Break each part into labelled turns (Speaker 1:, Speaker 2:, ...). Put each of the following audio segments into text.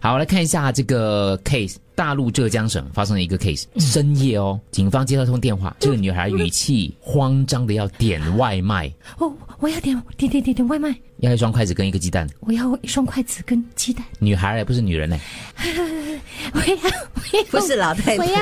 Speaker 1: 好，来看一下这个 case，大陆浙江省发生了一个 case，深夜哦，警方接到通电话，这个女孩语气慌张的要点外卖，
Speaker 2: 哦，我要点点点点点外卖，
Speaker 1: 要一双筷子跟一个鸡蛋，
Speaker 2: 我要一双筷子跟鸡蛋，
Speaker 1: 女孩也不是女人呢，
Speaker 2: 我要我要
Speaker 3: 不是老太
Speaker 2: 我
Speaker 3: 太，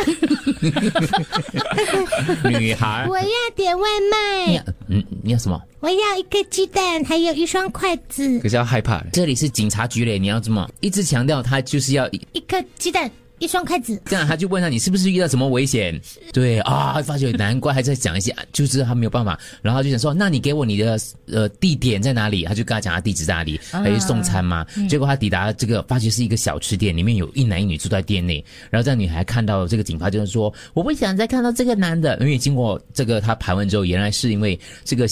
Speaker 2: 要
Speaker 1: 女孩
Speaker 2: 我，要点外
Speaker 1: 你
Speaker 2: 卖
Speaker 1: 要，嗯，你要什么？
Speaker 2: 我要一个鸡蛋，还有一双筷子，
Speaker 4: 可是要害怕，
Speaker 1: 这里是警察局嘞，你要怎么？一直强调她就是要
Speaker 2: 一颗鸡蛋，一双筷子。
Speaker 1: 这样他就问他你是不是遇到什么危险？对啊，发觉难怪还在讲一些，就是他没有办法，然后他就想说，那你给我你的呃地点在哪里？他就跟他讲他地址在哪里，他就送餐嘛。结果他抵达这个，发觉是一个小吃店，里面有一男一女住在店内。然后这女孩看到这个警察就是说，我不想再看到这个男的，因为经过这个他盘问之后，原来是因为这个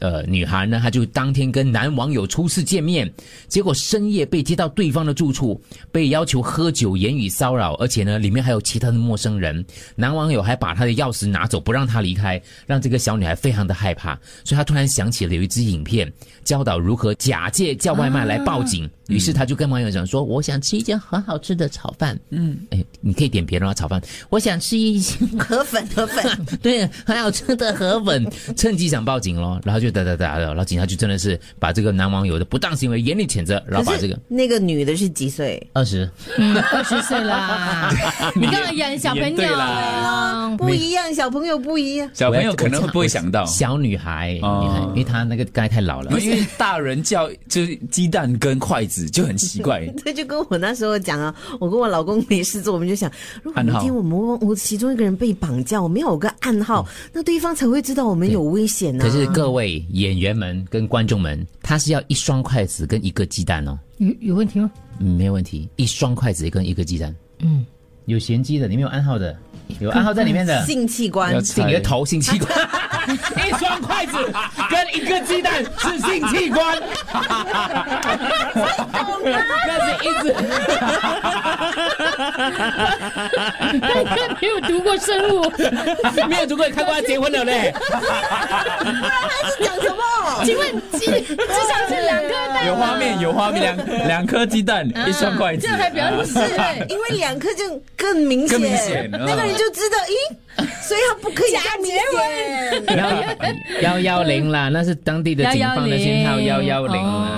Speaker 1: 呃女孩呢，她就当天跟男网友初次见面，结果深夜被接到对方的住处，被要求喝酒、言语骚扰，而且呢，里面还有其他的陌生人。男网友还把她的钥匙拿走，不让她离开，让这个小女孩非常的害怕。所以她突然想起了有一支影片，教导如何假借叫外卖来报警。于是她就跟网友讲说：“我想吃一间很好吃的炒饭。”嗯，哎，你可以点别人啊，炒饭。我想吃一些
Speaker 3: 河粉河粉，
Speaker 1: 对，很好吃的河粉，趁机想报警咯，然后就打打打的，然后警察就真的是把这个男网友的不当行为严厉谴责，然后把
Speaker 3: 可
Speaker 1: 这个嗯
Speaker 3: 是那个女的是几岁？
Speaker 1: 二十
Speaker 5: 二十岁啦，你刚刚演小朋
Speaker 4: 你演
Speaker 5: 友啊
Speaker 4: 对啦
Speaker 3: 不一样，小朋友不一样。
Speaker 4: 小朋友可能会不会想到，
Speaker 1: 小女孩，女
Speaker 4: 哦
Speaker 1: 孩，因为她那个刚才太老了，
Speaker 4: 因为大人叫就是鸡蛋跟筷子就很奇怪，
Speaker 3: 这就跟我那时候讲啊，我跟我老公没事做，我们就想，如果
Speaker 4: 暗
Speaker 3: 明
Speaker 4: 号
Speaker 3: 天我们我其中一个人被绑架，我们要有个暗号，
Speaker 4: 嗯
Speaker 3: 那对方才会知道我们有危险呢、啊。
Speaker 1: 可是各位演员们跟观众们，他是要一双筷子跟一个鸡蛋哦，
Speaker 5: 有有问题吗？
Speaker 1: 嗯，没有问题，一双筷子跟一个鸡蛋，
Speaker 5: 嗯，
Speaker 1: 有玄机的，里面有暗号的，有暗号在里面的。
Speaker 3: 性器官
Speaker 4: 要
Speaker 1: 是你的头性器官， 一双筷 子跟一个鸡蛋是性器官，那是一直
Speaker 5: 大哥没有读过生物，
Speaker 1: 没有，如果看过他结婚 了嘞，
Speaker 3: 讲什么？
Speaker 5: 请问至至少是两个蛋，
Speaker 4: 有画面有画面，两 两颗鸡蛋一双筷子，
Speaker 5: 啊这样还比较入世哎。
Speaker 3: 因为两颗就更明显，
Speaker 4: 更明显嗯
Speaker 3: 那个人就知道，咦，所以他不可以假结婚。
Speaker 5: 哎
Speaker 1: 幺幺幺零啦，那是当地的警方的讯号幺幺零啦。
Speaker 4: 啊